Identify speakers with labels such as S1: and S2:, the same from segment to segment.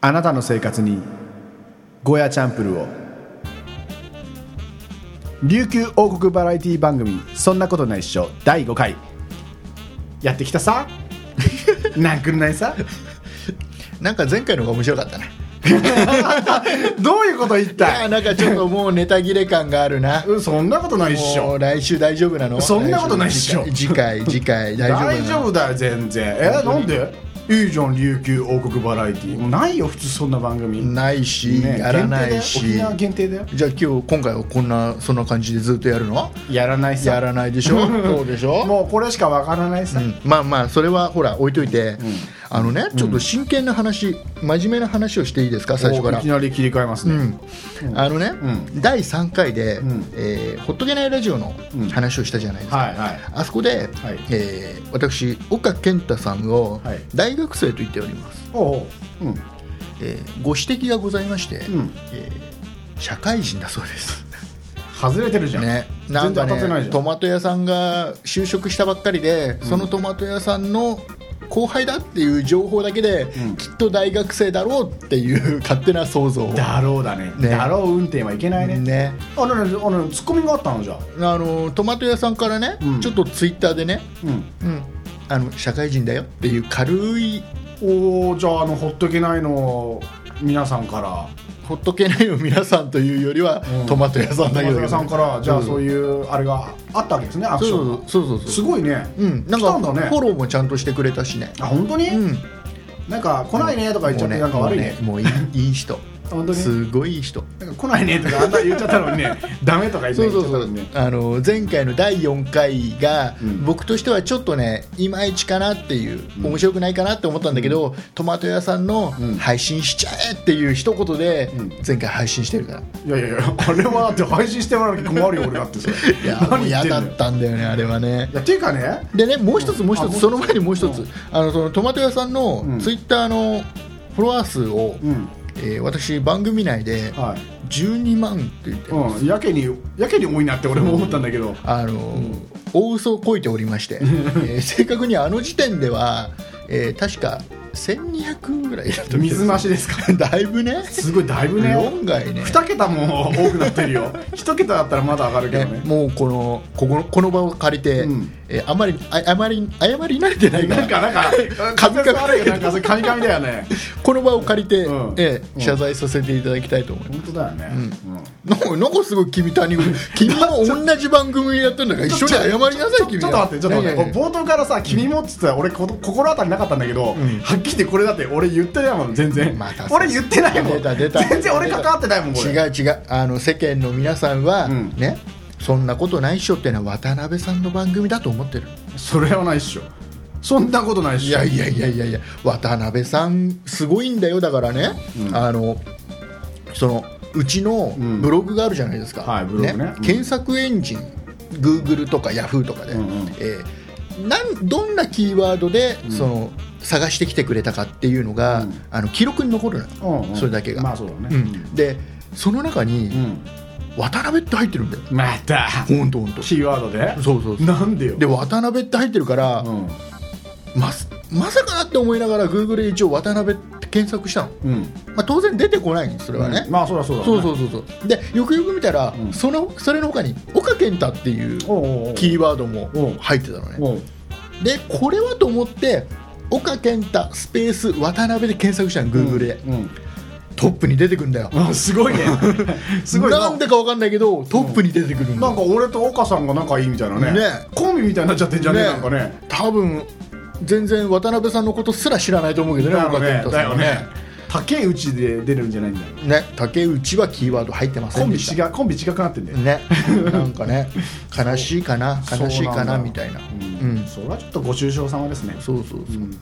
S1: あなたの生活にゴーヤチャンプルを琉球王国バラエティ番組「そんなことないっしょ」第5回やってきた さなんくるないさ
S2: なんか前回の方が面白かったな。い
S1: どういうこと言った
S2: やーなんかちょっともうネタ切れ感があるな。
S1: うんそんなことないっし
S2: も
S1: ょ
S2: う来週大丈夫なの？
S1: そんなことないっしょ
S2: 来週次回次回大丈夫な
S1: 大
S2: の？
S1: 丈夫だよ全然え
S2: 本当
S1: な
S2: に
S1: んでいいじゃん琉球王国バラエティもうないよ普通そんな番組
S2: ないし、
S1: ね
S2: やらない
S1: 限定
S2: し。
S1: だよ沖縄限定だよ
S2: じゃあ今日今回はこんなそんな感じでずっとやるの？
S1: やらないさ
S2: やらないで しょ？そうでしょ？
S1: もうこれしかわからないさ、
S2: うんまあまあそれはほら置いといて、あのねちょっと真剣な話、真面目な話をしていいですか最初か
S1: お
S2: ら
S1: いき。なり切り替えますね、
S2: うんあのね、第3回で、えーほっとけないラジオの話をしたじゃないですか、
S1: はいはい
S2: あそこで、
S1: はい
S2: えー私岡健太さんを
S1: はい
S2: 大学生と言っております、
S1: おうおううん
S2: えーご指摘がございまして、
S1: ん
S2: えー社会人だそうです
S1: 外れてるじゃん、
S2: ね、な
S1: 全
S2: ん
S1: 然
S2: か
S1: 当たってな
S2: ね
S1: いじゃ
S2: ト
S1: ん
S2: マト屋さんが就職したばっかりで、そのトマト屋さんの後輩だっていう情報だけで、きっと大学生だろうっていう 勝手な想像を
S1: だろうだね
S2: ね
S1: だろう運転はいけないね
S2: ね
S1: あのねあのツッコミがあったのじゃあ
S2: あのトマト屋さんからね、
S1: うん
S2: ちょっとツイッターでね、
S1: うん
S2: うん、あの社会人だよっていう軽い
S1: おーじゃああのほっとけないの皆さんから
S2: ほっとけないよ皆さんというよりは、
S1: うん
S2: トマト屋さんだけど、
S1: 松田さんからじゃあそう
S2: いう
S1: いうあれがあったわけですねアクションが
S2: そうそうそうそう
S1: す
S2: う
S1: ごいね、
S2: んなん
S1: 来た
S2: か
S1: んだね
S2: フォローもちゃんとしてくれたしね
S1: あ本当に、
S2: うん
S1: なんか来ないねとか言っちゃって、なんか悪いね
S2: もうねもういいいい 人
S1: 本当に
S2: すごいいい人
S1: なんか来ないねとかあんた言っちゃったのにね ダメとか言って
S2: そうそう
S1: 言
S2: そ
S1: っちゃったの
S2: う、
S1: にね
S2: あの前回の第4回が、
S1: うん
S2: 僕としてはちょっとねいまいちかなっていう、面白くないかなって思ったんだけど、トマト屋さんの
S1: うん
S2: 配信しちゃえっていう一言で
S1: うん
S2: 前回配信してるから、
S1: いやいやいやあれはだって配信してもらわなきゃ困るよ俺だってそれ
S2: い やもう
S1: 言
S2: 嫌だ
S1: んだ
S2: っ
S1: よ
S2: たんだよねあれはね
S1: いやっていうかね
S2: でねもう一つもう
S1: あ
S2: 一
S1: もう一
S2: つ
S1: つ
S2: その前にもう一つ、
S1: うん
S2: あのそのトマト屋さんの
S1: うん
S2: ツイッターのフォロワー数を、
S1: うん
S2: えー私番組内で
S1: はい
S2: 12万って言って、
S1: うん、やけにやけに多いなって俺も思ったんだけ ど、
S2: あのー大嘘をこいておりまして、 えー正確にあの時点では、えー確か1200ぐらいだと
S1: 水増しですか
S2: か だいぶね
S1: すごいだいぶね
S2: 論外ね
S1: 2桁も多くなってるよ1 桁だったらまだ上がるけど
S2: ね
S1: ね
S2: もうこのここのこの場を借りて、
S1: うん
S2: えーあまりああまり謝り慣れてないから
S1: なんかなんか
S2: 神々
S1: 滑舌悪いよなんかそれ神々だよね
S2: この場を借りて、
S1: うん
S2: え
S1: う
S2: ー
S1: ん
S2: 謝罪させていただきたいと思います。
S1: 本当だよね、うん
S2: なんかなんかすごい君谷君君も同じ番組やってんだから一緒に謝りなさい君
S1: ちょっと待ってちょっと待って、これ冒頭からさ「君も」っつってたら俺こ心当たりなかったんだけど、
S2: ん
S1: はっきり言ってこれだって俺言ってないもん全然、
S2: また
S1: 俺言ってないもん
S2: 出た出た
S1: 全然俺関わってないもんこれ
S2: 違う違うあの世間の皆さんは、
S1: うん
S2: ねそんなことないっしょってのは渡辺さんの番組だと思ってる
S1: それはないっしょそんなことないっしょ
S2: いやいやいやいやいや渡辺さんすごいんだよだからね、
S1: うん
S2: あのそのうちの
S1: うん
S2: ブログがあるじゃないですか、
S1: はいブログねうん
S2: 検索エンジン Google とか Yahoo とかで、
S1: うんうん
S2: えーなんどんなキーワードで、その探してきてくれたかっていうのが、
S1: うん
S2: あの記録に残るのよ、
S1: うんうん
S2: それだけが、
S1: まあそうだね
S2: うんでその中に、
S1: うん
S2: 渡辺って入ってるんだよ
S1: また
S2: 本当本当
S1: キーワードで
S2: そうそうそう
S1: なんでよ
S2: で渡辺って入ってるから、
S1: うん
S2: まさまさかなって思いながら Google で一応渡辺って検索したの、
S1: うん
S2: まあ、当然出てこないんですそれはね、
S1: まあそうだそうだ
S2: そうそううそうそうでよくよく見たら、
S1: うん
S2: そのそれの他に岡健太っていう
S1: おうおうおう
S2: キーワードも
S1: おう
S2: 入ってたのね
S1: おう
S2: でこれはと思って岡健太スペース渡辺で検索したの Google で、
S1: うんうん
S2: トップに出てくんだよ
S1: あす ごいねすごい
S2: なんでかわかんないけどトップに出てくるんだ
S1: なんか俺と岡さんが仲いいみたいなね
S2: ね
S1: コンビみたいになっちゃってんじゃねえなんかね
S2: 多分全然渡辺さんのことすら知らないと思うけどね
S1: だよね
S2: 岡健太
S1: だ
S2: さん
S1: よ
S2: は
S1: ね竹内で出るんじゃないんだよ
S2: ね竹内はキーワード入ってませ
S1: コ
S2: ん
S1: ン
S2: で
S1: ビ
S2: し
S1: 違うコンビ違くなってんだよ
S2: たねなんかね悲しいかな悲しいかなみたいな
S1: う
S2: うんん
S1: それはちょっとご愁傷様ですね
S2: そうそうそう
S1: うんで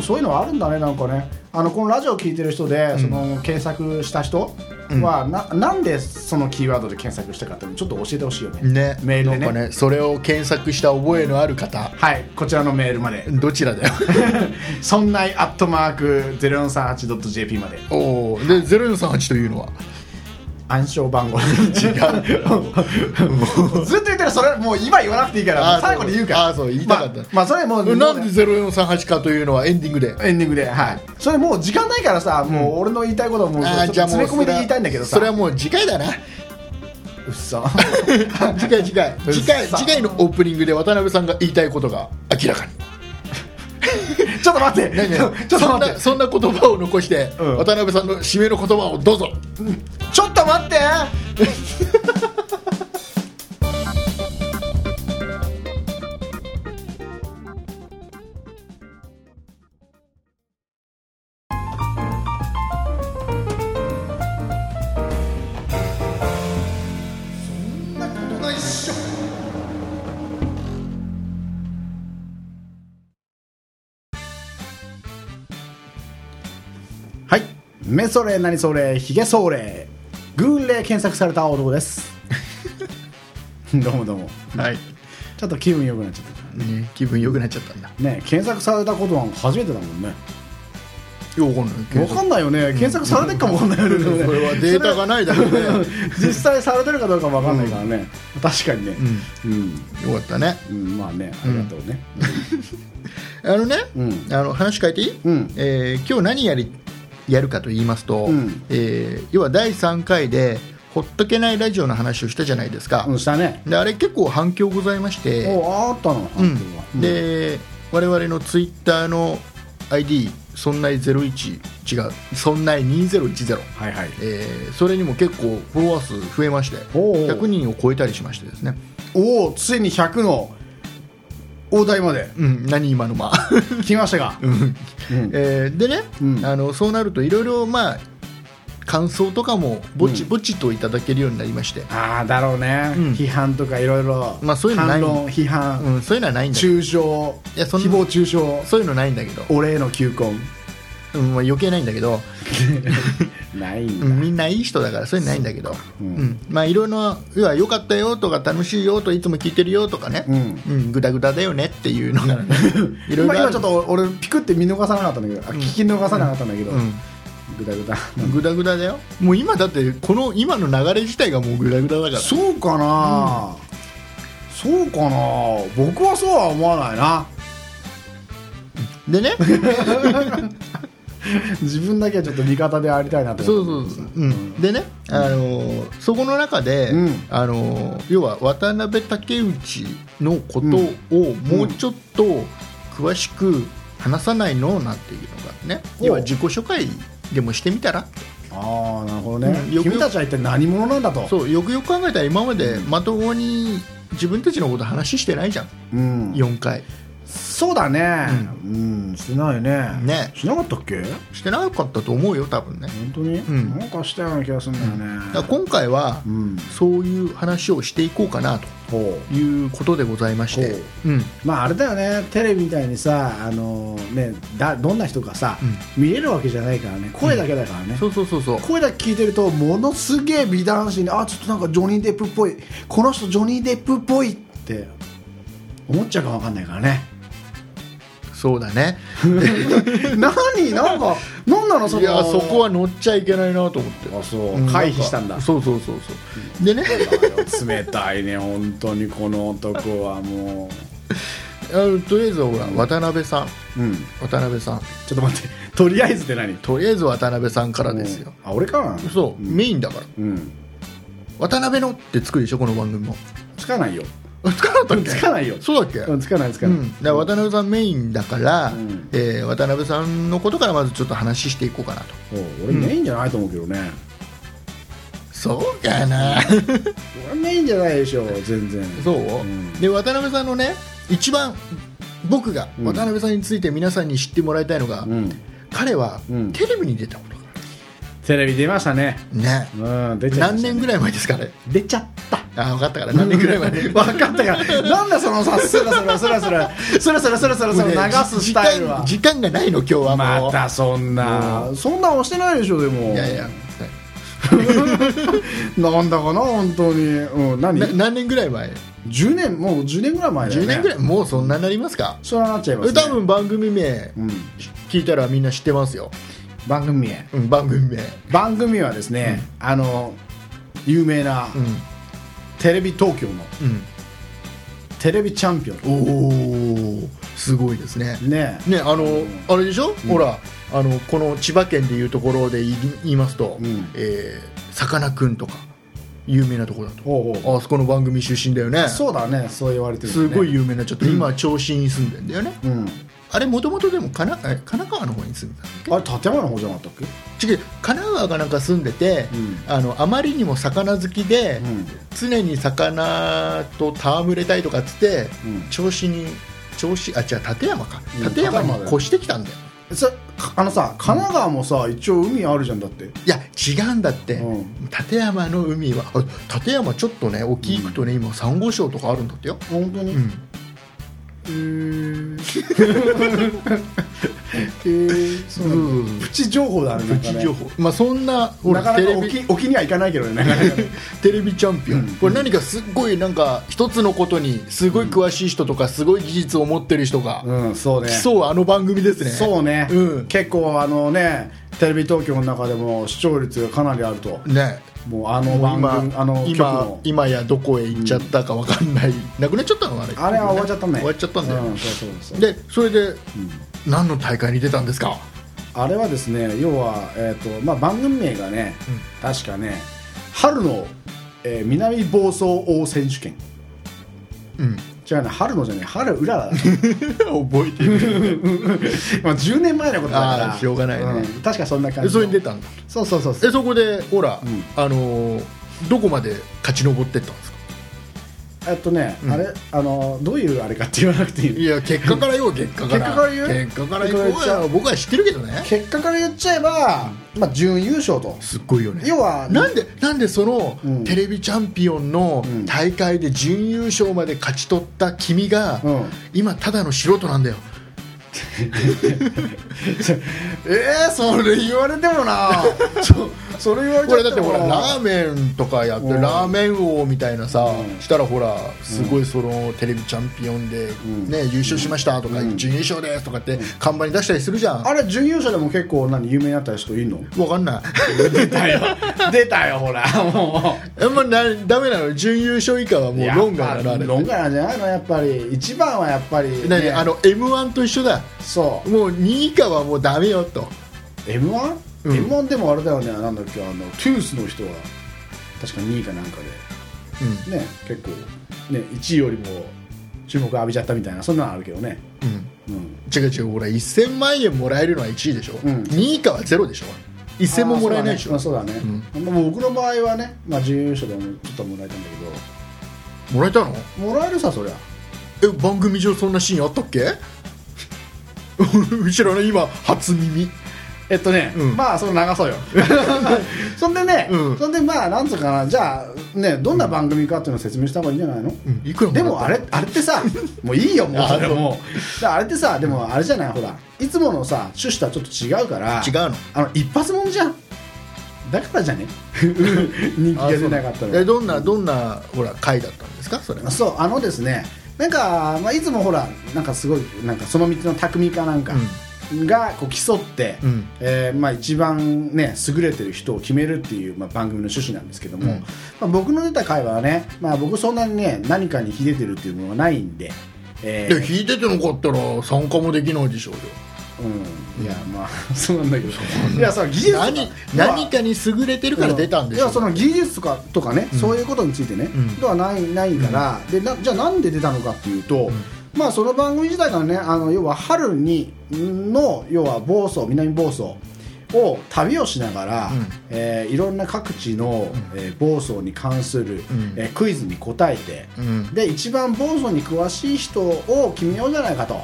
S1: もそういうのはあるんだねなんかねあのこのラジオ聞いてる人で、その検索した人はななんでそのキーワードで検索したかっていうのちょっと教えてほしいよね
S2: ね
S1: メールでね
S2: なんかねそれを検索した覚えのある方
S1: はいこちらのメールまで
S2: どちらだよ
S1: そんないアットマーク 0438.jp まで
S2: おおで0438というのは
S1: 暗証番号違うずっと言ってるそれもう今言わなくていいからもう最後に言うから
S2: あーそう言いたかった
S1: まあ、まあそれもう
S2: なんで0438かというのはエンディングで
S1: エンディングではいそれもう時間ないからさもう俺の言いたいことはもうちょっ
S2: あー
S1: と詰め込みで言いたいんだけどさ
S2: それはもう次回だ な
S1: うっ そ
S2: 次回次回次回次回のオープニングで渡辺さんが言いたいことが明らかに
S1: ちょっと待って
S2: 何
S1: ちょ
S2: 何
S1: ちょっと
S2: そん
S1: 待っ
S2: な
S1: て
S2: そんな言葉を残して、
S1: うん
S2: 渡辺さんの締めの言葉をどうぞ
S1: ちょっと待ってはいメソレ何それヒゲソーレグーレ検索された男です どうもどうも
S2: はい、
S1: ちょっと気分良くなっちゃっ
S2: ね、気分良くなっちゃったんだ
S1: たね検索されたことなんか初めてだもんね
S2: よくわかんない
S1: 分かんないよね検索されてるかも分かんないよね、でもね
S2: それはデータがないだろうね
S1: 実際されてるかどうか分かんないからね、確かにねうん、
S2: よかったね
S1: うん、まあねありがとうね、
S2: あのね、
S1: うん
S2: あの話変えていい、
S1: うん
S2: えー今日何やりやるかと言いますと、
S1: うん
S2: えー要は第3回で「ほっとけないラジオ」の話をしたじゃないですか、
S1: うん、したね
S2: であれ結構反響ございまして、
S1: おあったの、
S2: う
S1: 反響は
S2: ん、、で我々のツイッターの ID「そんない01」違う「そんない2010」
S1: はいはい
S2: えーそれにも結構フォロワー数増えまして
S1: おうおう
S2: 100人を超えたりしましてですね、
S1: おおついに100の大台まで
S2: うん、何今のまあ
S1: 来ましたが、うん
S2: えーでね、
S1: うん
S2: あのそうなるといろいろまあ感想とかもぼち
S1: うん
S2: ぼちといただけるようになりまして、
S1: ああだろうね、
S2: うん
S1: 批判とかいろいろ
S2: まあそういうのない
S1: 反論批判、
S2: うんそういうのはないんだけど
S1: 中傷
S2: いやそんな
S1: 誹謗中傷
S2: そういうのないんだけど、
S1: 俺への求婚
S2: うんまあ、余計ないんだけど、
S1: ないん
S2: う
S1: だ、
S2: んみんないい人だからそういうのないんだけど、う
S1: うんん
S2: まあいろいろな要は良かったよとか楽しいよとかいつも聞いてるよとかね、
S1: うん
S2: うん、グダグダだよねっていうのがいろいろ
S1: まあ
S2: あ
S1: 今
S2: る
S1: ちょっと俺ピクって見逃さなかったんだけど、あ聞き逃さなかったんだけど、
S2: うん
S1: グダグダ
S2: グダグダだよもう今だってこの今の流れ自体がもうグダグダだから
S1: そうかな、そうかな僕はそうは思わないな
S2: でね
S1: 自分だけはちょっと味方でありたいなと
S2: そ
S1: 思
S2: う
S1: って
S2: そうそう、うん、でね、あのーそこの中で、
S1: うん
S2: あのー要は渡辺武内のことをもうちょっと詳しく話さないのなんていうのがね、
S1: お
S2: 要は自己紹介でもしてみたら
S1: ああなるほどね、
S2: うんよくよく
S1: 君たちは一体何者なんだと
S2: そうよくよく考えたら今までまともに自分たちのこと話してないじゃん
S1: う,、ん、
S2: 4回
S1: そうだねうん、してないね
S2: ね
S1: しなかったっけ
S2: してなかったと思うよ多分ね
S1: 本当に、
S2: ん
S1: なんかしたような気がするんだよね
S2: だから今回は
S1: うん
S2: そういう話をしていこうかなと
S1: ほう
S2: いうことでございまして
S1: ほ
S2: うん
S1: まああれだよねテレビみたいにさあのねだどんな人かさ、見れるわけじゃないからね声だけだからね、
S2: そうそうそうそう
S1: 声だけ聞いてるとものすげえ美男子にあちょっとなんかジョニー・デップっぽいこの人ジョニー・デップっぽいって思っちゃうかわかんないからね
S2: そうだね
S1: 何なんか何なのそ
S2: いやそこ
S1: は
S2: は乗っちゃいけないなと思って
S1: あそう
S2: うん
S1: 回避したんだ
S2: なかそうそうそうそうでね
S1: 冷たいね本当にこの男はも
S2: あのとりあえずはほら渡辺さん
S1: ううん
S2: 渡辺さん
S1: ちょっと待ってとりあえずって何
S2: とりあえず渡辺さんからですよ
S1: あ俺かな
S2: そう、メインだから
S1: うん
S2: 渡辺のってつくでしょこの番組も
S1: つかないよ
S2: つかなかったっけ
S1: つかないよ
S2: そうだっけ
S1: うんつかないつか
S2: う
S1: ない、
S2: ん、だから渡辺さんメインだから、
S1: ん
S2: えー渡辺さんのことからまずちょっと話していこうかなと
S1: おう俺メインじゃないと思うけどね、
S2: そうか な
S1: 俺メインじゃないでしょ全然
S2: そう、
S1: ん
S2: で渡辺さんのね一番僕が
S1: ん
S2: 渡辺さんについて皆さんに知ってもらいたいのが、
S1: うん
S2: 彼は
S1: うん
S2: テレビに出たことがあ
S1: テレビ出ましたね
S2: るね
S1: うん出ちゃいま
S2: 何
S1: した
S2: 年ぐらい前ですかね
S1: 出ちゃった
S2: あ分かったから何年ぐらい前 で
S1: 分かったからなんだそのさスラスラスラスラスラスラスラスラスラ流すスタイルは
S2: 時間時間がないの今日はも
S1: ま
S2: う、
S1: たそんなそんな押してないでしょでも
S2: いやいや
S1: なんだかな本当にうん何
S2: な何年ぐらい前、
S1: 10年もう10年ぐらい前だよ
S2: 10
S1: ね
S2: 年ぐら
S1: い
S2: いもうそんなになりますか、
S1: そうなっちゃいますね
S2: 多分番組名
S1: うん
S2: 聞いたらみんな知ってますよ、
S1: 番組名
S2: うん、番組名
S1: 番組はですねあの有名な
S2: うん
S1: テレビ東京のテレビチャンピオン
S2: うん、おおすごいですね
S1: ね
S2: ねあのあれでしょ、ほらあのこの千葉県でいうところで言い言いますと、
S1: うん
S2: えーさかなクンとか有名なところだと
S1: おうおう
S2: あそこの番組出身だよね
S1: そうだねそう言われてるよ
S2: す
S1: ね
S2: ごい有名なちょっと今銚子に住んでんだよね、
S1: うん
S2: あれもともとでも神奈え神奈川の方に住んでた
S1: あれ建山の方じゃなかったっけ
S2: 違う神奈川がなんか住んでて、
S1: う
S2: あのあまりにも魚好きで、
S1: うん
S2: 常に魚と戯れたいとかっつって、
S1: うん
S2: 銚子に銚子あ違う立山か
S1: うん
S2: 立山に
S1: 立山だよ
S2: 越してきたんだよ
S1: そあのさ神奈川もさ一応海あるじゃんだって
S2: いや違うんだって、
S1: うん
S2: 立山の海はあ立山ちょっとね沖行くとね、今サンゴ礁とかあるんだってよ、
S1: 本当に
S2: うん、
S1: えーえーそうなんだ
S2: うん
S1: プチ情報だねなんか
S2: プ
S1: ね
S2: チ情報、まあそんなほら
S1: なかな
S2: テレ
S1: か
S2: ビ
S1: 沖沖には行かないけどねなかなかね
S2: テレビチャンピオン、
S1: うん
S2: これ何かすっごいなんか一つのことにすごい詳しい人とかすごい技術を持ってる人が
S1: うんそうね
S2: 来そうあの番組ですね
S1: そうね、
S2: うん
S1: 結構あのねテレビ東京の中でも視聴率がかなりあると
S2: ね
S1: もうあの
S2: もう
S1: 番組
S2: 今
S1: あの曲
S2: 今
S1: の
S2: 今やどこへ行っちゃったかわかんない、なくなっちゃったのあれ
S1: あれは終わっちゃったね
S2: 終わっちゃったんだよ、
S1: うんそうそうそう
S2: でそれで、何の大会に出たんですか
S1: あれはですね要は、えーとまあ、番組名がね、確かね春の、えー南房総王選手権
S2: うん
S1: 違うね春のじゃね春うららだ
S2: 覚えてる
S1: まあ10年前のことだか
S2: あ
S1: ら
S2: ーしょうがないね
S1: ん確かそんな感
S2: で
S1: じ
S2: そ
S1: の
S2: れに出たんだ
S1: そうそうそうそう
S2: えそこでほら、
S1: うん
S2: あのーどこまで勝ち上ってったんですか
S1: えっとね、
S2: うん
S1: あれあのどういうあれかって言わなくてい
S2: い
S1: い
S2: や結果から言おう結果から
S1: 結果から言う
S2: 結果から言
S1: 結果から言っちゃ
S2: う
S1: う
S2: 僕は知ってるけどね
S1: 結果から言っちゃえば、まあ、準優勝と
S2: すっごいよね
S1: 要は
S2: なんでなんでその、
S1: うん
S2: テレビチャンピオンの
S1: うん
S2: 大会で準優勝まで勝ち取った君が、
S1: うん
S2: 今ただの素人なん だよ
S1: えー、それ言われてもなそそれ言われち
S2: こ
S1: ゃ
S2: れ
S1: って
S2: だって
S1: も
S2: ほら
S1: な
S2: ラーメンとかやって
S1: うん
S2: ラーメン王みたいなさ、
S1: うん
S2: したらほらすごいそのテレビチャンピオンで、
S1: ん
S2: ね優勝しましたとか、準優勝ですとかって看板に出したりするじゃん、
S1: あれ準優勝でも結構何有名になった人いるの
S2: わかんない
S1: 出たよ 出たよほらも
S2: あんまなダメなの準優勝以下は
S1: う
S2: もう論外なのあれ
S1: 論外なんじゃないのやっぱり一番はやっぱり、ね
S2: 何あの m 1と一緒だ
S1: そう
S2: もう2位以下はもうダメよと
S1: m 1
S2: うん
S1: m 1でもあれだよねなんだっけあのトゥースの人は確か2位かなんか
S2: う
S1: でね結構ね1位よりも注目浴びちゃったみたいなそんなのあるけどね
S2: ん、うん、
S1: うん
S2: 違う違う俺1000万円もらえるのは1位でしょ、
S1: うん
S2: 2位以下はゼロでしょ1000ももらえないでしょ、
S1: あーそうだね,まあ、そうだね僕の場合はね、まあ、準優勝でもちょっともらえたんだ
S2: もらえたの
S1: けどもらえるさそりゃ
S2: え番組上そんなシーンあったっけ 俺知らない今初耳
S1: えっとね、
S2: うん
S1: まあその流 そうよそんでね、
S2: うん
S1: そんでまあなんつうかなじゃあねどんな番組かっていうのを説明した方がいいんじゃないの、
S2: うんいくらもらった
S1: でもあれあれってさもういいよもうそれもうだからあれってさでもあれじゃないほらいつものさ趣旨とはちょっと違うから
S2: 違うの
S1: あの一発もんじゃんだからじゃね 人気が出なか
S2: あ
S1: ったの
S2: そうえどんなどんなほら回だったんですかそれは
S1: そうあのですねなんか、まあ、いつもほらなんかすごいなんかその道の匠かなんかがこう競って、
S2: うん
S1: えーまあ、一番ね優れてる人を決めるっていう、まあ、番組の趣旨なんですけども、
S2: うん
S1: まあ、僕の出た回はね、まあ、僕そんなにね何かに秀でてるっていうものはないんで、え
S2: で引いててなかったら参加もできないでしょうよ
S1: うん、いやまあ そうなんだけどいやその技術とか
S2: 何
S1: まあ
S2: 何かに優れてるから出たんでし
S1: い
S2: ょ
S1: やその技術とかとかね、そういうことについてね、
S2: うん
S1: ではないないから、でなじゃあなんで出たのかっていうと、まあその番組自体がねあの要は春にの要は房総南房総を旅をしながら、
S2: うん
S1: えーいろんな各地の、えー房総に関する、
S2: ん
S1: えークイズに答えて、
S2: うん
S1: で一番房総に詳しい人を決めようじゃないかと。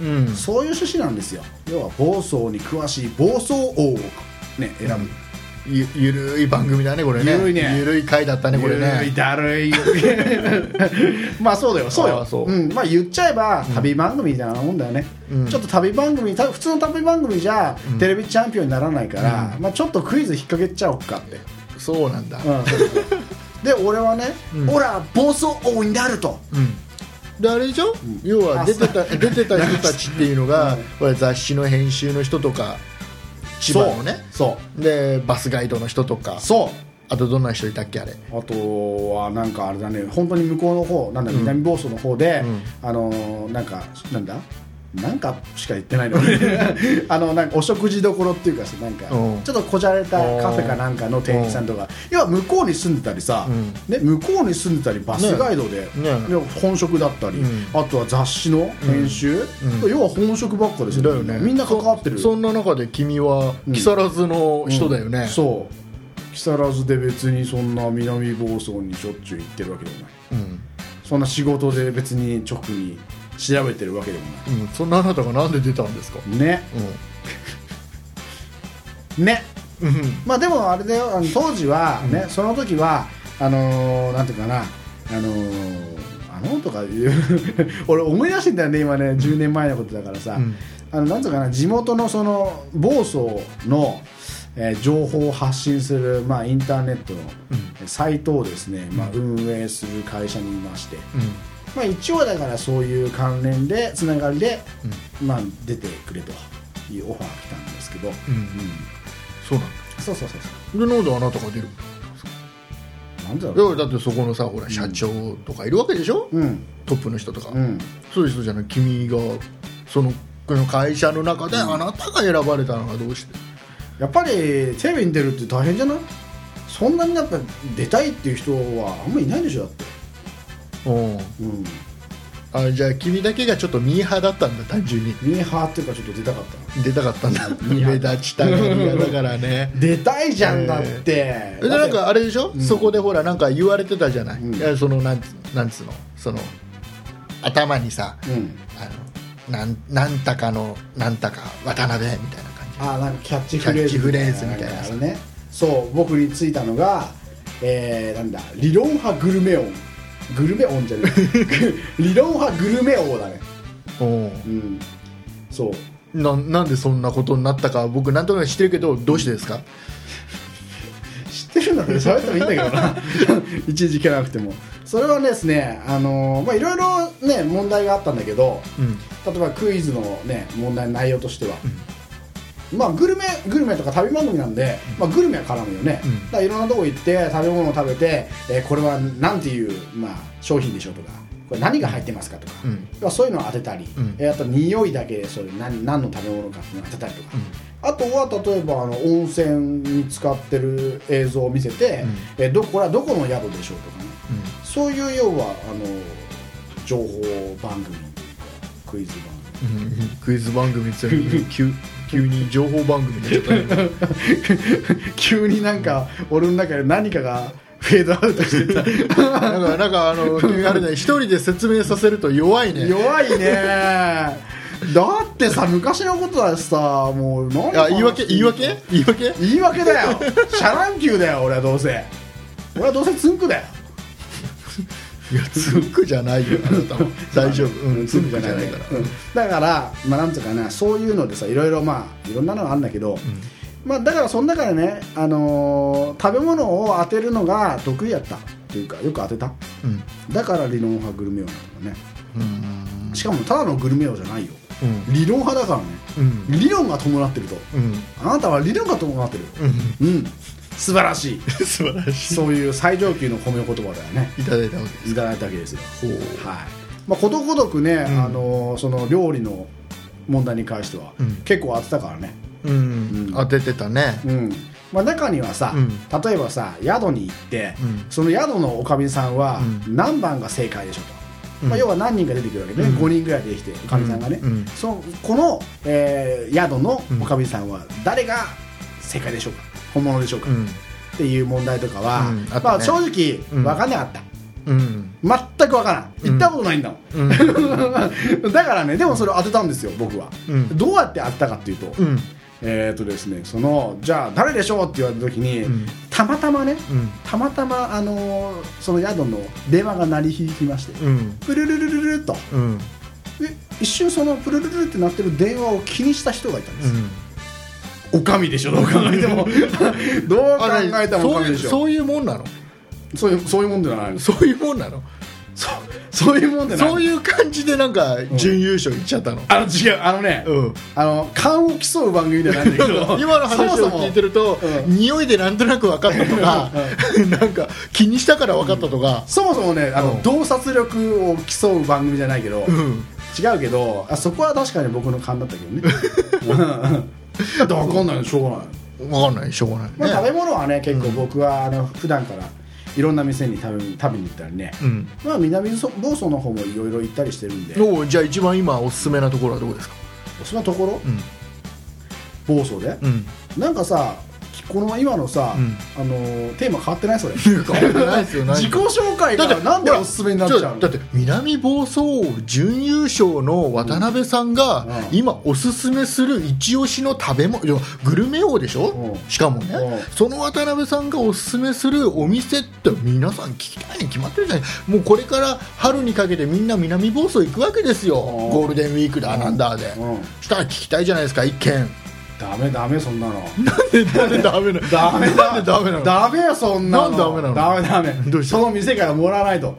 S2: うん
S1: そういう趣旨なんですよ要は暴走に詳しい暴走王をね選ぶ、
S2: ゆゆるい番組だねこれね
S1: ゆるいね
S2: ゆるい回だったねこれ
S1: ゆるい
S2: ね
S1: だるい まあそうだよそう
S2: あー
S1: よ、
S2: そうん
S1: まあ言っちゃえば旅番組みたいなもんだよね、
S2: うん
S1: ちょっと旅番組た普通の旅番組じゃテレビチャンピオンにならないから、まあ、ちょっとクイズ引っ掛けちゃおっかって、
S2: そうなんだ
S1: うんそうそうで俺はね、
S2: うん
S1: 俺は暴走王になると
S2: うんであれでしょ、要は出てた出てた人たちっていうの が、これ雑誌の編集の人とか千葉のね
S1: そう
S2: でバスガイドの人とか
S1: そう
S2: あとどんな人いたっけあれ
S1: あとはなんかあれだね本当に向こうの方なんだ南房総の方で、あのーなんかなんだなんかしか言ってないの あのなんかお食事どころっていうかさなんかち
S2: う
S1: ょ
S2: ん
S1: っとこじゃれたカフェかなんかの店員さんとか要は向こうに住んでたりさ、
S2: うん
S1: ね、向こうに住んでたりバスガイドで,、
S2: ねね
S1: で本職だったり、
S2: うん
S1: あとは雑誌の編集、
S2: うん
S1: 要は本職ばっかです
S2: だよね
S1: みんな関わってる
S2: そんな中で君は木更津の人だよね、
S1: そう木更津で別にそんな南房総にしょっちゅう行ってるわけでもない
S2: うん
S1: そんな仕事で別に直に調べてるわけでも
S2: う
S1: な
S2: ん、そんなあなたがなんで出たんですか、
S1: いねね
S2: うんうん
S1: まあでもあれだよあの当時はね、その時はあのーなんていうかなあのーあのとか言う 俺思い出してんだよね今ね10年前のことだからさ、
S2: うん
S1: あのなんていうかな地元のその房総の、えー情報を発信する、まあ、インターネットのサイトをですね、まあ、運営する会社にいまして、まあ、一応だからそういう関連でつながりで、まあ、出てくれというオファーが来たんですけど、
S2: うんうんそうなん
S1: そうそうそうそ
S2: だでなんであなたが出る
S1: うなんだ
S2: だ
S1: ろう
S2: からだってそこのさほら社長とかいるわけでしょ、
S1: うん
S2: トップの人とか、
S1: うん
S2: そういう人じゃない君がそのこの会社の中であなたが選ばれたのはどうして、
S1: やっぱりテレビに出るって大変じゃないそんなにやっぱ出たいっていう人はあんまりいないでしょだって
S2: うん、
S1: うん
S2: あじゃあ君だけがちょっとミーハーだったんだ単純に
S1: ミーハーっていうかちょっと出たかったな
S2: 出たかったん だ
S1: ミーハ
S2: 目
S1: ー
S2: 立ちたがり屋だから ね
S1: 出たいじゃん、
S2: えー
S1: だって
S2: でなんかあれでしょ、そこでほらなんか言われてたじゃない,、
S1: うん
S2: いやそのなんつなんつうのその頭にさ
S1: うん
S2: あのなんなんたかのなんたか渡辺みたいな感じ
S1: あーなんかキャッチフレーズ
S2: キャッチフレーズみたいな
S1: なんかあれねそう僕についたのが、えー、なんだ理論派グルメ音グルメ音じゃない 理論派グルメ王だね
S2: お
S1: うんそう
S2: ななんでそんなことになったか僕なんとなく知ってるけどどうしてですか、
S1: 知ってるんだったら喋ってもいいんだけど ないちいち聞かなくてもそれはですねあのーまあいろいろね問題があったんだけど
S2: うん
S1: 例えばクイズのね問題の内容としては、まあグルメグルメとか旅番組なんで、まあ、グルメは絡むよね、
S2: うん
S1: だからいろんなとこ行って食べ物を食べて、えーこれはなんていう、まあ、商品でしょうとかこれ何が入ってますかとか、
S2: うん
S1: まあそういうのを当てたり、
S2: うん
S1: えーあと匂いだけでそれ何何の食べ物かっていうのを当てたりとか、あとは例えばあの温泉に使ってる映像を見せて、えーどこれはどこの宿でしょうとかね
S2: う
S1: そういう要はあの情報番組というかクイズ番組
S2: んうん、クイズ番組っていうのに急急に情報番組になっちゃったね
S1: 急になんか俺の中で何かがフェードアウトしてた
S2: なんかなんかあの君あれね一人で説明させると弱いね
S1: 弱いね だってさ昔のことだしさもう何
S2: あ言い訳言い訳言い訳
S1: 言い訳だよ遮断球だよ俺はどうせ俺はどうせつんくだよ
S2: いやつんくじゃないよあなた は大丈夫うんつんくじゃないから
S1: うんだからまあなんつうかなそういうのでさいろいろまあいろんなのがあるんだけど、まあだからその中でねあのー食べ物を当てるのが得意やったというかよく当てた
S2: うん
S1: だから理論派グルメ王なのね
S2: うん
S1: しかもただのグルメ王じゃないよ
S2: うん
S1: 理論派だからね
S2: うん
S1: 理論が伴ってると
S2: うん
S1: あなたは理論が伴ってる
S2: うん
S1: うん素晴らし
S2: 素
S1: い
S2: 晴らしい
S1: そういう最上級の褒め言葉だよね
S2: いただいたわけです
S1: いただいたわけですよ
S2: ほう
S1: はいまあ、ことごとくね、
S2: ん
S1: あのその料理の問題に関しては、
S2: うん
S1: 結構当てたからね、
S2: うん当ててたね
S1: うんまあ、中にはさ、
S2: うん
S1: 例えばさ宿に行って、
S2: うん
S1: その宿のおかみさんは
S2: う
S1: 何番が正解でしょうと、
S2: うん
S1: まあ、要は何人か出てくるわけね、
S2: うん
S1: 5人ぐらい出てきておかみさんがね、
S2: うんうん
S1: そのこの、えー宿のおかみさんは誰が正解でしょうか本物でしょうか、
S2: う
S1: っ
S2: ん
S1: ていう問題とかは、
S2: うんあったね
S1: まあ、正直
S2: うん
S1: 分かんなかった、
S2: うん
S1: 全く分からん
S2: うん
S1: 行ったことないんだもん、
S2: うん
S1: だからねでもそれを当てたんですよ僕は、
S2: うん
S1: どうやって当てたかっていうと、
S2: うん
S1: えっ、とですねそのじゃあ誰でしょうって言われた時に、
S2: うん
S1: たまたまね
S2: うん
S1: たまたま、あのーその宿の電話が鳴り響きまして、
S2: うん
S1: プルルルルルルと
S2: うん
S1: で一瞬そのプルルルルって鳴ってる電話を気にした人がいたんです、おかみでしょどう考えても どう考
S2: あれ
S1: えてもお
S2: そ
S1: か
S2: うい
S1: みで
S2: う
S1: しょ
S2: そういうもんなの
S1: そういうそういうもんじゃない
S2: そういうもんなの
S1: そうそういうもんでない
S2: そういう感じでなんか準優勝いっちゃったの、
S1: あの違うあのね、
S2: うん
S1: あの勘を競う番組ではないんだけど
S2: 今の話を聞いてると
S1: う
S2: 匂いでなんとなく分かったとかなんか気にしたから分かったとか、
S1: そもそもそもそもねあの、
S2: うん
S1: 洞察力を競う番組じゃないけど、
S2: うん
S1: 違うけどあそこは確かに僕の勘だったけ どねうんだって分かんないのしょうがない、
S2: 分かんないしょうがないね、
S1: まあ、食べ物はね結構僕はあの普段からいろんな店に食べ食べに行ったりね、
S2: うん
S1: まあ南房総の方もいろいろ行ったりしてるんで
S2: おうじゃあ一番今おすすめなところはどこですか
S1: そのところ
S2: うん
S1: 房総で、
S2: うん
S1: なんかさこの今のさ、
S2: うん
S1: あのーテーマ変わってないそれ
S2: 変わってないですよ
S1: 自己紹介
S2: だ
S1: か
S2: って
S1: らなんで
S2: ほら
S1: おすすめになっちゃう
S2: ちょ
S1: の
S2: だって南房総準優勝の渡辺さんが
S1: んうん
S2: 今おすすめする一押しの食べ物要はグルメ王でしょ
S1: うん
S2: しかもね
S1: うん
S2: その渡辺さんがおすすめするお店って皆さん聞きたいに決まってるじゃないもうこれから春にかけてみんな南房総行くわけですよ
S1: ん
S2: ゴールデンウィークだなんだで
S1: うん
S2: したら聞きたいじゃないですか一見
S1: ダメダメそんなの
S2: なんでダメなの
S1: ダメだ
S2: なんでダメなの
S1: ダメよそん
S2: な
S1: なの
S2: んでダメなの
S1: ダメダメ
S2: どうした
S1: その店からもらわないと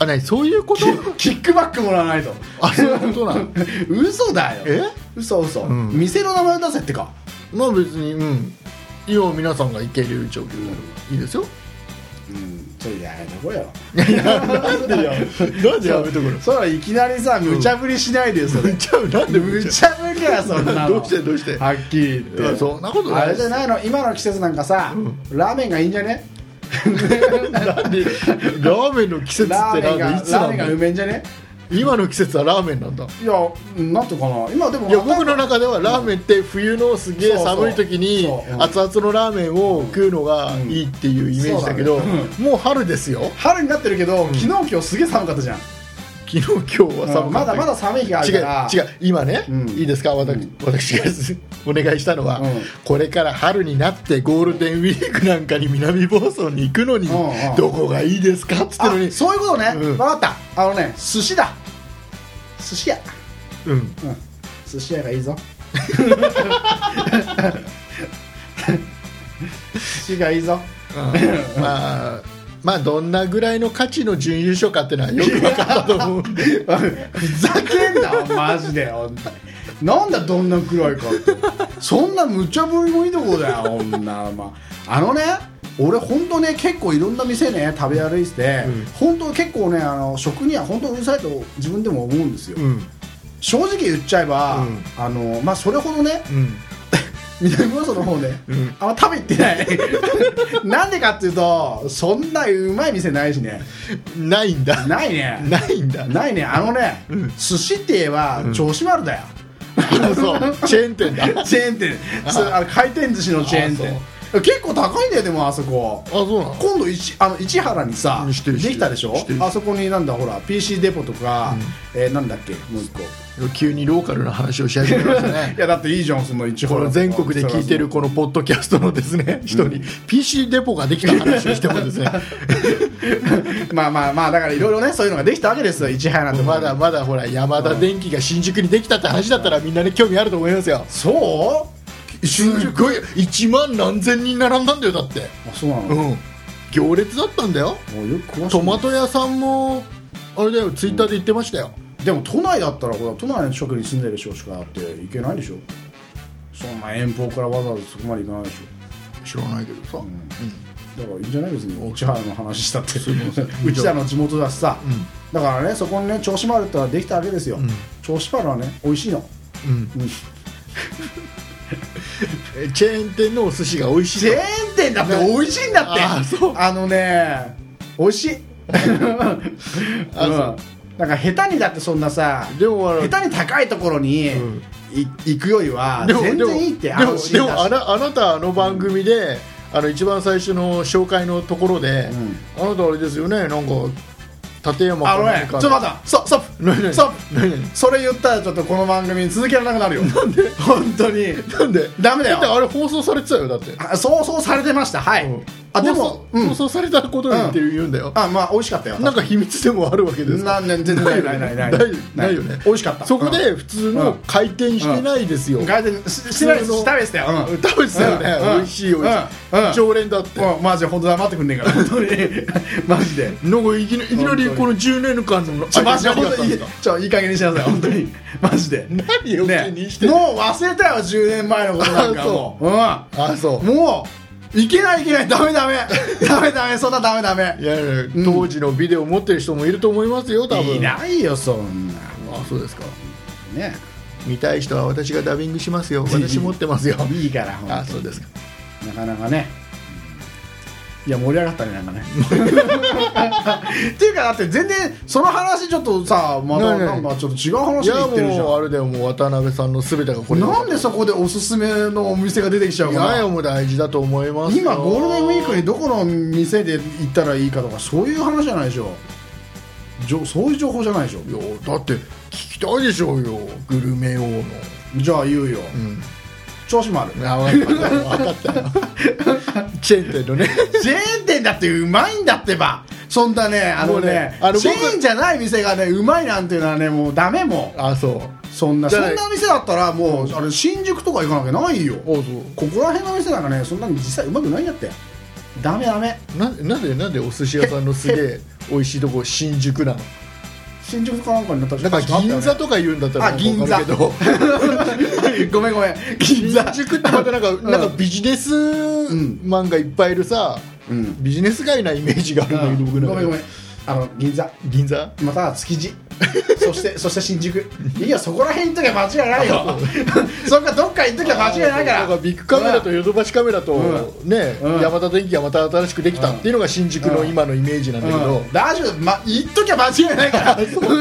S2: あ何そういう こと
S1: キックバックもらわないと
S2: あそういうことなの
S1: 嘘だよ
S2: え
S1: 嘘嘘、
S2: ん
S1: 店の名前出せってか
S2: まあ別にうん今皆さんが行ける状況いいですよ
S1: うんちょいやめとこうよ
S2: なんでよなんでやめところ
S1: そらいきなりさ無茶ぶりしないでよそ れ
S2: むちゃうなんで
S1: 無
S2: むち
S1: 茶ぶりだよそんなの
S2: どうしてどうして
S1: はっきり
S2: い
S1: 言っ
S2: や
S1: て
S2: そんなことない
S1: あれじゃないの今の季節なんかさ、ラーメンがいいんじゃね
S2: ゃなんでラーメンの季節って
S1: ラーメン
S2: な
S1: が
S2: ん
S1: ラ
S2: でいつな
S1: ーメンがう
S2: の
S1: めえんじゃね
S2: 今の季節はラーメンなんだ
S1: いやなんとかな今でも
S2: いや僕の中ではラーメンって冬のすげえ
S1: そうそう
S2: 寒い時に
S1: そううん
S2: 熱々のラーメンを食うのがいいっていうイメージだけど
S1: そうだね
S2: もう春ですよ
S1: 春になってるけど、昨日今日すげえ寒かったじゃん、
S2: 昨日今日は
S1: う
S2: 寒
S1: ん
S2: か
S1: ま
S2: った
S1: だ
S2: けど
S1: まだ寒い日がある
S2: 違う
S1: から
S2: 違う今ね、
S1: うん
S2: いいですか私,、私がお願いしたのは、
S1: うん
S2: これから春になってゴールデンウィークなんかに南房総に行くのに、
S1: うんうん
S2: どこがいいですかっつってのに
S1: あそういうことね、
S2: う
S1: 分
S2: ん
S1: かったあのね寿司だ寿司屋
S2: うん
S1: うん寿司屋がい いぞ寿司がいいぞ
S2: まあまあどんなぐらいの価値の準優勝かってのはよく分かったと思 うんで
S1: ふざけんなマジでほんとになんだどんなくらいかってそんな無茶ぶりもいいとこだよほんな、まあ、あのね俺本当ね結構いろんな店ね食べ歩いてて、
S2: うん
S1: 本当結構ねあの食には本当うるさいと自分でも思うんですよ、
S2: うん
S1: 正直言っちゃえば、
S2: うん
S1: あのまあそれほどね
S2: うん
S1: 南房総の方ね、
S2: うん
S1: あんま食べ行ってない なんでかっていうとそんなうまい店ないしね
S2: ないんだ
S1: ないね
S2: ないんだ
S1: ないねあのね、
S2: うん
S1: 寿司って言えば銚子丸だよ、
S2: あそうチェーン店だあ
S1: チェーン店そうあの回転寿司のチェーン店結構高いんだよでもあそこ
S2: そうなの
S1: 今度市あの市原にさ
S2: うん知ってる
S1: できたでしょ
S2: 知ってる
S1: あそこになんだほら PC デポとか、えーなんだっけもう一個
S2: 急にローカルな話をし始めましたね
S1: いやだっていいじゃんその市
S2: こ
S1: 原と
S2: の
S1: か
S2: 全国で聞いてるこのポッドキャストのですね人に PC デポができた話をしてもですね
S1: まあまあまあだからいろいろねそういうのができたわけですよ市原と か
S2: まだまだほら山田電機が新宿にできたって話だったらみんなね興味あると思いますよ
S1: そう
S2: 新宿1万何千人並んだんだよだって
S1: あそうなの、も
S2: うん行列だったんだよ
S1: うよく詳しい
S2: トマト屋さんもあれだよツイッターで言ってましたよ
S1: でも都内だったらほら都内の近くに住んでる人しかだって行けないでしょそんな遠方からわざわざそこまで行かないでし
S2: 知らないけどさ、
S1: ょだからいいんじゃない別に市原の話したって うちらの地元だしさ、だからねそこにね銚子丸ってのはできたわけですよ、銚子丸はね美味しいの
S2: うんえチェーン店のお寿司が美味しい
S1: チェーン店だって美味しいんだって
S2: あそう
S1: あのね美味しい
S2: あそう
S1: うん、なんか下手にだってそんなさ
S2: でもあの
S1: 下手に高いところに、
S2: ん
S1: い行くよりは
S2: でも
S1: 全然いいって
S2: でも
S1: 安心
S2: で
S1: だ
S2: もあ
S1: し
S2: なあなたあの番組で、あの一番最初の紹介のところで、あなたあれですよねなんか立山
S1: あの
S2: な
S1: ね
S2: ん
S1: ちょっと待ったストップスト
S2: 何
S1: ップ
S2: 何
S1: ストッ
S2: 何何
S1: プそれ言ったらちょっとこの番組続けられなくなるよなんで本当に
S2: なんで
S1: ダメだよ
S2: ってあれ放送されてたよだって
S1: あそうそうされてましたはい、
S2: うん
S1: あで
S2: 放
S1: も
S2: 送、
S1: うん
S2: 放送されたことにって言うんだよ、
S1: あまあ美味しかったよ
S2: なんか秘密でもあるわけですか
S1: なんなん全然ないないないない
S2: ないないよね
S1: 美味しかった
S2: そこで
S1: うん
S2: 普通の回転してないですよ、
S1: 外伝ししてないです
S2: 普通の
S1: したいですよ、うん
S2: 食べてたよね、
S1: うん
S2: 美味しい美味しい、
S1: うんうん
S2: 常連だって、
S1: うんマジで本当黙ってくんねえから本 当にマジで
S2: なんかいきないきなりこの10年間の
S1: ちょマジで本当
S2: 何
S1: に
S2: があったんです
S1: いい
S2: か
S1: ちょいい加減にしなさい本当にマジで
S2: 何を気にしてんの
S1: もう忘れたよ10年前のことなんかもう
S2: あそう
S1: うんもういけないいけないダ メダメダメダメそんなダメダメ
S2: いやいや当時のビデオ持ってる人もいると思いますよ多分
S1: いないよそんな
S2: あそうですか
S1: ね
S2: 見たい人は私がダビングし ますよ私持ってますよ
S1: いいからほんと
S2: あそうですか
S1: なかなかねいや盛り上がったねなんかね っていうかだって全然その話ちょっとさま
S2: な
S1: た
S2: いない
S1: なんかちょっと違う話
S2: いや
S1: で言ってるじゃ
S2: もうんあれだよもう渡辺さんの全てがこれだ
S1: なんでそこでおすすめのお店が出てきちゃう
S2: い
S1: か
S2: やいや
S1: な
S2: もう大事だと思いますよ
S1: 今ゴールデンウィークにどこの店で行ったらいいかとかそういう話じゃないでしょじょそういう情報じゃないでしょ
S2: いやだって聞きたいでしょうよグルメ王の
S1: じゃあ言うよ、
S2: ん
S1: 調子もある
S2: あ分かった分か ったよチェーン店のね
S1: チェーン店だってうまいんだってばそんなねあの
S2: もう
S1: ね
S2: ねあの
S1: チェーンじゃない店がねうまいなんていうのはねもうダメもう
S2: あそう
S1: そんな
S2: じ
S1: そ
S2: ゃ
S1: ん
S2: あ
S1: な店だったらもうあれ新宿とか行かなきゃないよ
S2: お
S1: こ
S2: うそ
S1: こら辺の店なんかねそんなに実際うまくないんだってダメダメ
S2: うななんでなんでお寿司屋さんのすげえ美味しいとこ新宿なの
S1: 新宿かなんかになった
S2: だから銀座とか言うんだったら
S1: あ銀座
S2: わかるけど
S1: ごめんごめん銀座
S2: 新宿ってまたなんか、なんかビジネスマンがいっぱいいるさ、
S1: うん
S2: ビジネス街なイメージがあるんだけど、
S1: ご
S2: 僕
S1: めん
S2: の
S1: ご
S2: 中で
S1: めんあの銀座
S2: 銀座
S1: または築地 そしてそして新宿いやそこら辺行っときゃ間違いないよ そっかどっか行っときゃ間違いないか
S2: だかららビッグカメラとヨドバシカメラと、
S1: う
S2: ね、
S1: うん
S2: ヤマタ電機がまた新しくできたっていうのが新宿の今のイメージなんだけど、
S1: うん大丈夫、ま、言っときゃ間違いないか らいろい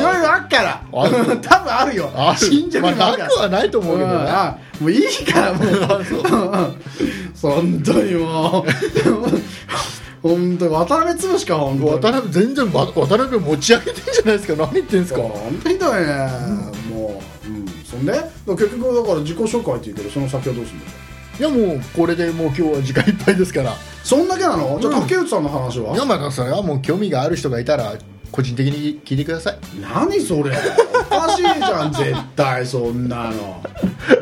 S1: ろあっから
S2: ある
S1: 多分あるよ
S2: ある
S1: 新宿にも
S2: ま
S1: あ
S2: あ
S1: るから
S2: なくはないと思うけどね
S1: んあもういいからもう 本当にもう 本当に渡辺潰しか本当に
S2: 渡辺全然わ渡辺持ち上げてんじゃないですか何言ってんすか
S1: 本当ひどいね、もう、うん、そんでだから結局だから自己紹介って言うけどその先はどうするんでしょ
S2: いやもうこれでもう今日は時間いっぱいですから
S1: うそんだけなのじゃあ竹内さんの話はい
S2: やまあそれはもう興味がある人がいたら個人的に聞いてください
S1: 何それおかしいじゃん絶対そんなの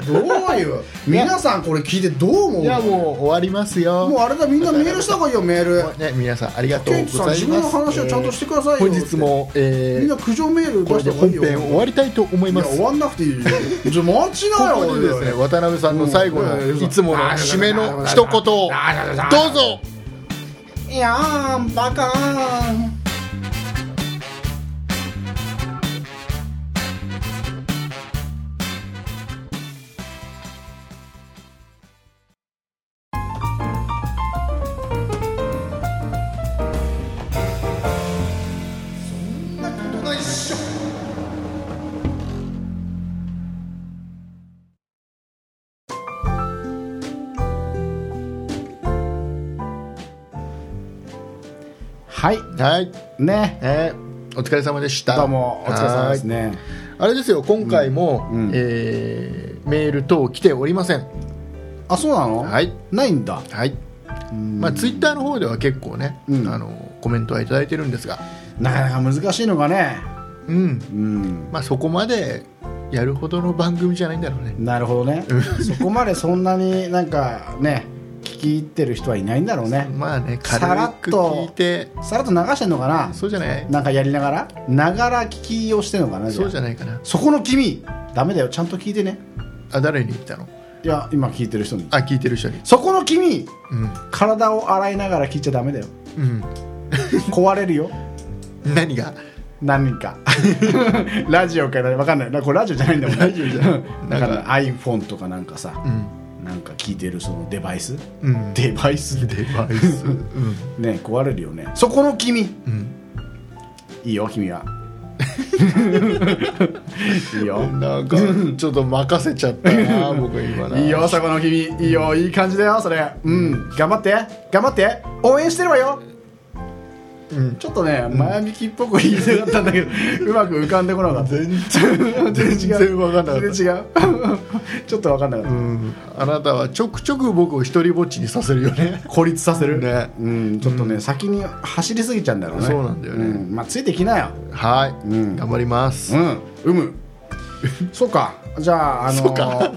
S1: どういう皆さんこれ聞いてどう思うい
S2: いやもう終わりますよ
S1: もうあれだみんなメールした方がいいよメール
S2: ね、皆さんありがとうご
S1: 竹内さん
S2: ざい
S1: 自分
S2: ま
S1: の
S2: す。
S1: 話をちゃんとしてくださいよ、
S2: 本日も、
S1: み
S2: え
S1: んな
S2: ー、
S1: 苦情メール
S2: こ
S1: 出
S2: れ
S1: し
S2: で
S1: た方が
S2: 本
S1: いいよ
S2: 編終わりたいと思い
S1: い
S2: ま
S1: や
S2: す。
S1: 終
S2: こ
S1: わんなくていいよじゃあ待ちなよ
S2: こでですね、渡辺さんの最後のいつもの締めの一言をどうぞ。
S1: いやーバカーンはい
S2: はい、
S1: ね
S2: えー、お疲れ様でした。
S1: どうもお疲れ様ですね
S2: はい。あれですよ、今回も、
S1: うんうん
S2: えーメール等来ておりません。
S1: あそうなの
S2: はい
S1: ないんだ
S2: はい。まあツイッターの方では結構ね、
S1: うん
S2: あのコメントはいただいてるんですが、
S1: なかなか難しいのがね
S2: うん、
S1: うん
S2: まあそこまでやるほどの番組じゃないんだろうね。
S1: なるほどねそこまでそんなになんかね聞き入ってる人はいないんだろうね
S2: まあね
S1: さ
S2: 軽
S1: らっ
S2: く
S1: と
S2: 聞いて
S1: さらっと流してんのかな
S2: そうじゃない
S1: なんかやりながらながら聞きをしてんのかな
S2: そうじゃ
S1: ゃあ
S2: ないかな
S1: そこの君ダメだよちゃんと聞いてね
S2: あ誰に言ったの
S1: いや今聞いてる人に
S2: あ聞いてる人に
S1: そこの君
S2: うん
S1: 体を洗いながら聞いちゃダメだよ
S2: う
S1: 壊れるよ
S2: ん何が
S1: 何か ラジオから分かんないなこれラジオじゃないんだもんね
S2: ラジオじゃない
S1: だか
S2: なん
S1: ら iPhone とかなんかさ
S2: うん
S1: なんか聞いてるそのデバイス
S2: うん
S1: デバイス
S2: デバイスうん
S1: ね壊れるよねそこの君
S2: うん
S1: いいよ 君はいいよ
S2: なんかちょっと任せちゃったな僕今ない
S1: いよそこの君いいよいい感じだよそれうん頑張って頑張って応援してるわよ
S2: うん
S1: ちょっとね前向きっぽく言いたかったんだけど、うまく浮かんでこなかった
S2: 全然全然分かんなかった
S1: 全然違う ちょっと分かんなかった、
S2: うんあなたはちょくちょく僕を一人ぼっちにさせるよね
S1: 孤立させる、
S2: ね
S1: うん、ちょっとね、先に走りすぎちゃうんだろうね
S2: そうなんだよね
S1: うんまあついてきなよ
S2: はい、
S1: うん
S2: 頑張ります、
S1: うんうむ そうかじゃああの
S2: そうか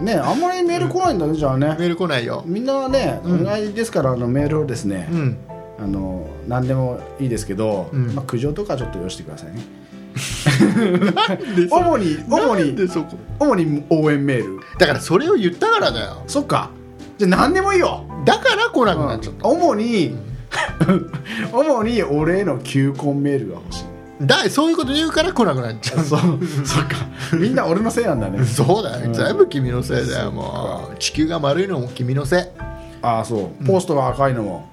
S1: ねあんまりメール来ないんだねじゃあ
S2: メ
S1: ね
S2: ール来ないよ
S1: みんなね、お願いですからあのメールをですね、
S2: うん
S1: あの何でもいいですけど、
S2: ん
S1: まあ、苦情とかちょっとよしてくださいね
S2: でそ
S1: 主に主
S2: なんで
S1: に
S2: そこ
S1: 主に応援メール
S2: だからそれを言ったからだよ
S1: そっかじゃあ何でもいいよ
S2: だから来なくなっちゃった、
S1: 主に 主に俺への求婚メールが欲しい
S2: だそういうこと言うから来なくなっちゃう
S1: そうそっかみんな俺のせいなんだね
S2: そうだよ、全部君のせいだよもう地球が丸いのも君のせい
S1: ああそうポストが赤いのも、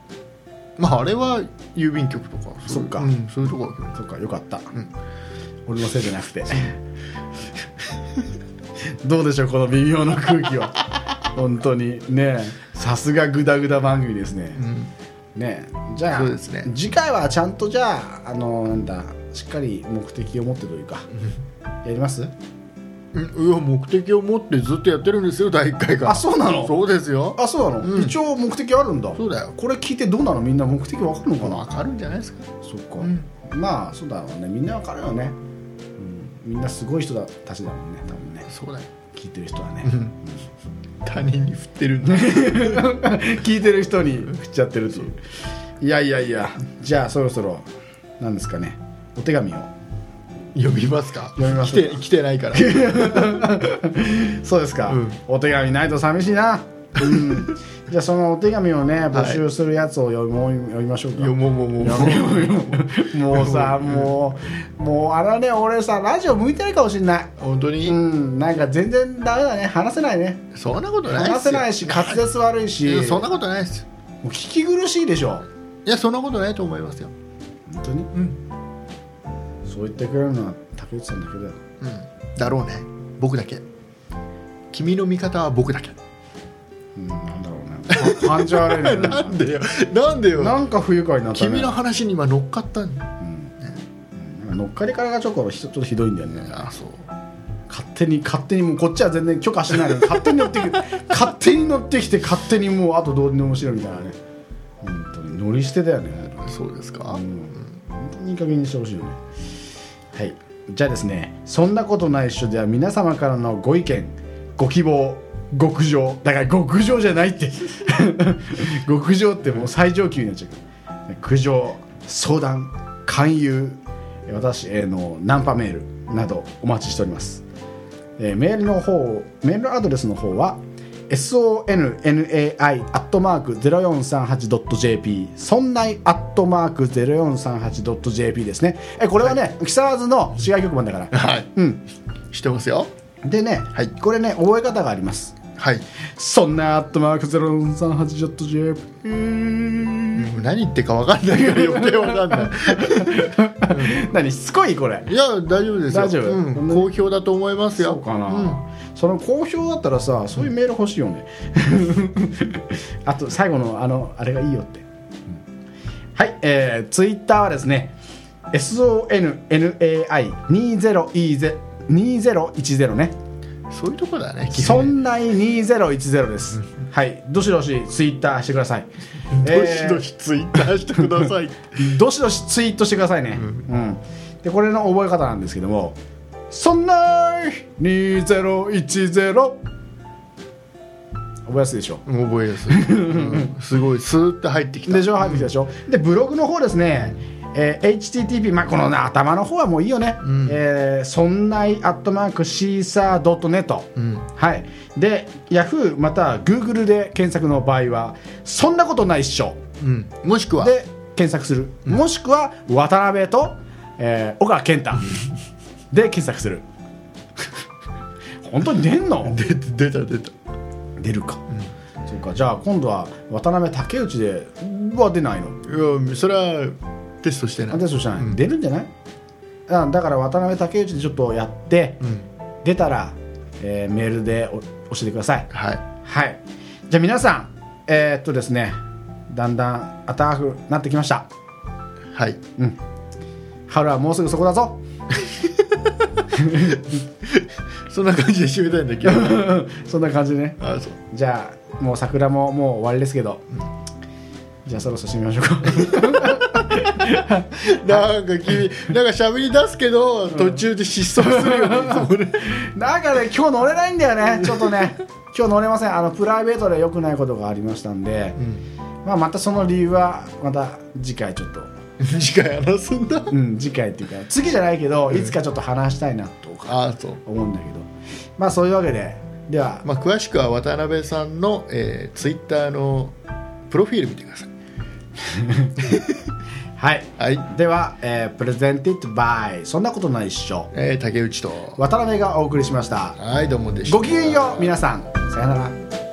S2: まああれは郵便局とか
S1: そっか
S2: うん、そういうとこだけど
S1: そっかよかった、俺のせいじゃなくてどうでしょうこの微妙な空気は本当にねさすがグダグダ番組ですね、ねじゃあ
S2: そうですね
S1: 次回はちゃんとじゃああのなんだしっかり目的を持ってというかやります
S2: うんいや目的を持ってずっとやってるんですよ第1回から
S1: あそうなの
S2: そうですよ
S1: あそうなの、
S2: うん
S1: 一応目的あるんだ
S2: そうだよ
S1: これ聞いてどうなのみんな目的わかるのかな
S2: わかるんじゃないですか
S1: そっか、
S2: うん
S1: まあそうだろうねみんなわかるよね、うん、みんなすごい人だたちだもんね多分ね
S2: そうだよ
S1: 聞いてる人はね、
S2: 他人に振ってるんだ
S1: 聞いてる人に振っちゃってるといういやいやいやじゃあそろそろなんですかねお手紙を
S2: 呼びますか
S1: 呼びます
S2: 来て来てないから
S1: そうですか、
S2: うん
S1: お手紙ないと寂しいな、うん、じゃあそのお手紙をね募集するやつを読み,、読みましょうか
S2: よもももも
S1: やめようよもうさもうもうあらね俺さラジオ向いてないかもしんない
S2: 本当に、
S1: うんなんか全然ダメだね話せないね
S2: そんなことないっすよ
S1: 話せないし滑舌悪いし
S2: いやそん
S1: も
S2: なことないですよ
S1: う聞き苦しいでしょ
S2: いやそんなことないと思いますよ
S1: 本当に、
S2: ん
S1: そう言ってくれるのは竹内さんだけだよ
S2: うんだろうね僕だけ君の味方は僕だけ
S1: うんなんだろうね感じ悪いね
S2: なんでよなんでよ
S1: なんか不愉快になったね
S2: 君の話に今乗っかったんだ
S1: うんなんか乗っかりからがちょっとちょっとひどいんだよね
S2: あそう
S1: 勝手に勝手にもうこっちは全然許可してないのに勝手に乗ってきて勝手に乗ってきて勝手にもうあとどうにでもしろみたいなね本当に乗り捨てだよね、
S2: そうですか、
S1: うん、本当にいい加減にしてほしいよねはいじゃあですねそんなことないっしょでは皆様からのご意見ご希望極上だから極上じゃないって 極上ってもう最上級になっちゃう苦情相談勧誘私へのナンパメールなどお待ちしておりますえーメールの方メールアドレスの方は sonnai.0438.jp そんない .0438.jp ですねえこれはね、木更津の市外局番だから
S2: はい
S1: うん
S2: してますよ
S1: でね、
S2: はい
S1: これね覚え方があります
S2: はい
S1: そんな .0438.jp
S2: もう何言ってるか分かんない から余計分かんない
S1: 何しつこいこれ
S2: いや大丈夫ですよ
S1: 大丈夫
S2: うん、好評だと思いますよ
S1: そうかな、
S2: うん
S1: その好評だったらさそういうメール欲しいよねあと最後のあのあれがいいよって、はいえー、ツイッターはですね SONNAI2010 2010ね
S2: そういうとこだね基
S1: そ
S2: 本
S1: んない2010です、はいどしどしツイッターしてください
S2: どしど
S1: え
S2: しツイッターしてください
S1: ーどしどしツイートしてくださいね、うんでこれの覚え方なんですけども「そんない2010」覚えやすいでしょ
S2: 覚えやすい、うんすごいスーッて入ってきた
S1: でしょ入ってきたでしょでブログの方ですね、えー HTTP、まあ、このね頭の方はもういいよね、えーそんないアットマークシーサー .net、
S2: ん
S1: はいで Yahoo または Google で検索の場合はそんなことないっしょ
S2: うん、もしくは
S1: で検索する、もしくは渡辺と、えー岡健太で検索する 本当に出んの
S2: 出出た出た
S1: 出るか、そうかじゃあ今度は渡辺竹内では出ないの
S2: いやそれはテストしてない
S1: なんでそうじゃない、出るんじゃないあだから渡辺竹内でちょっとやって、出たら、えーメールでお教えてください
S2: は
S1: はいじゃあ皆さんえーっとですねだんだん暖かくなってきました
S2: いはい
S1: うん春はもうすぐそこだぞ
S2: そんな感じで締めたいんだけ ど
S1: そんな感じでね
S2: あそう
S1: じゃあもう桜ももう終わりですけど、じゃあそろそろ締めましょうか
S2: なんか君なんかしゃべり出すけど途中で失踪するよねいつもね
S1: なんかね今日乗れないんだよねちょっとね今日乗れませんあのプライベートで良くないことがありましたんで、まあ、またその理由はまた次回ちょっと、
S2: 次回話すんだ
S1: うん、次回っていうか次じゃないけどいつかちょっと話したいなとか
S2: あそう
S1: 思うんだけどまあそういうわけででは
S2: まあ、詳しくは渡辺さんの、えー、ツイッターのプロフィール見てください。
S1: はい
S2: はい、
S1: では、えー、プレゼンティッドバイそんなことないっしょ
S2: えー竹内と。
S1: 渡辺がお送りしました
S2: はい、どうもでした。
S1: ごきげんよう皆さんさよなら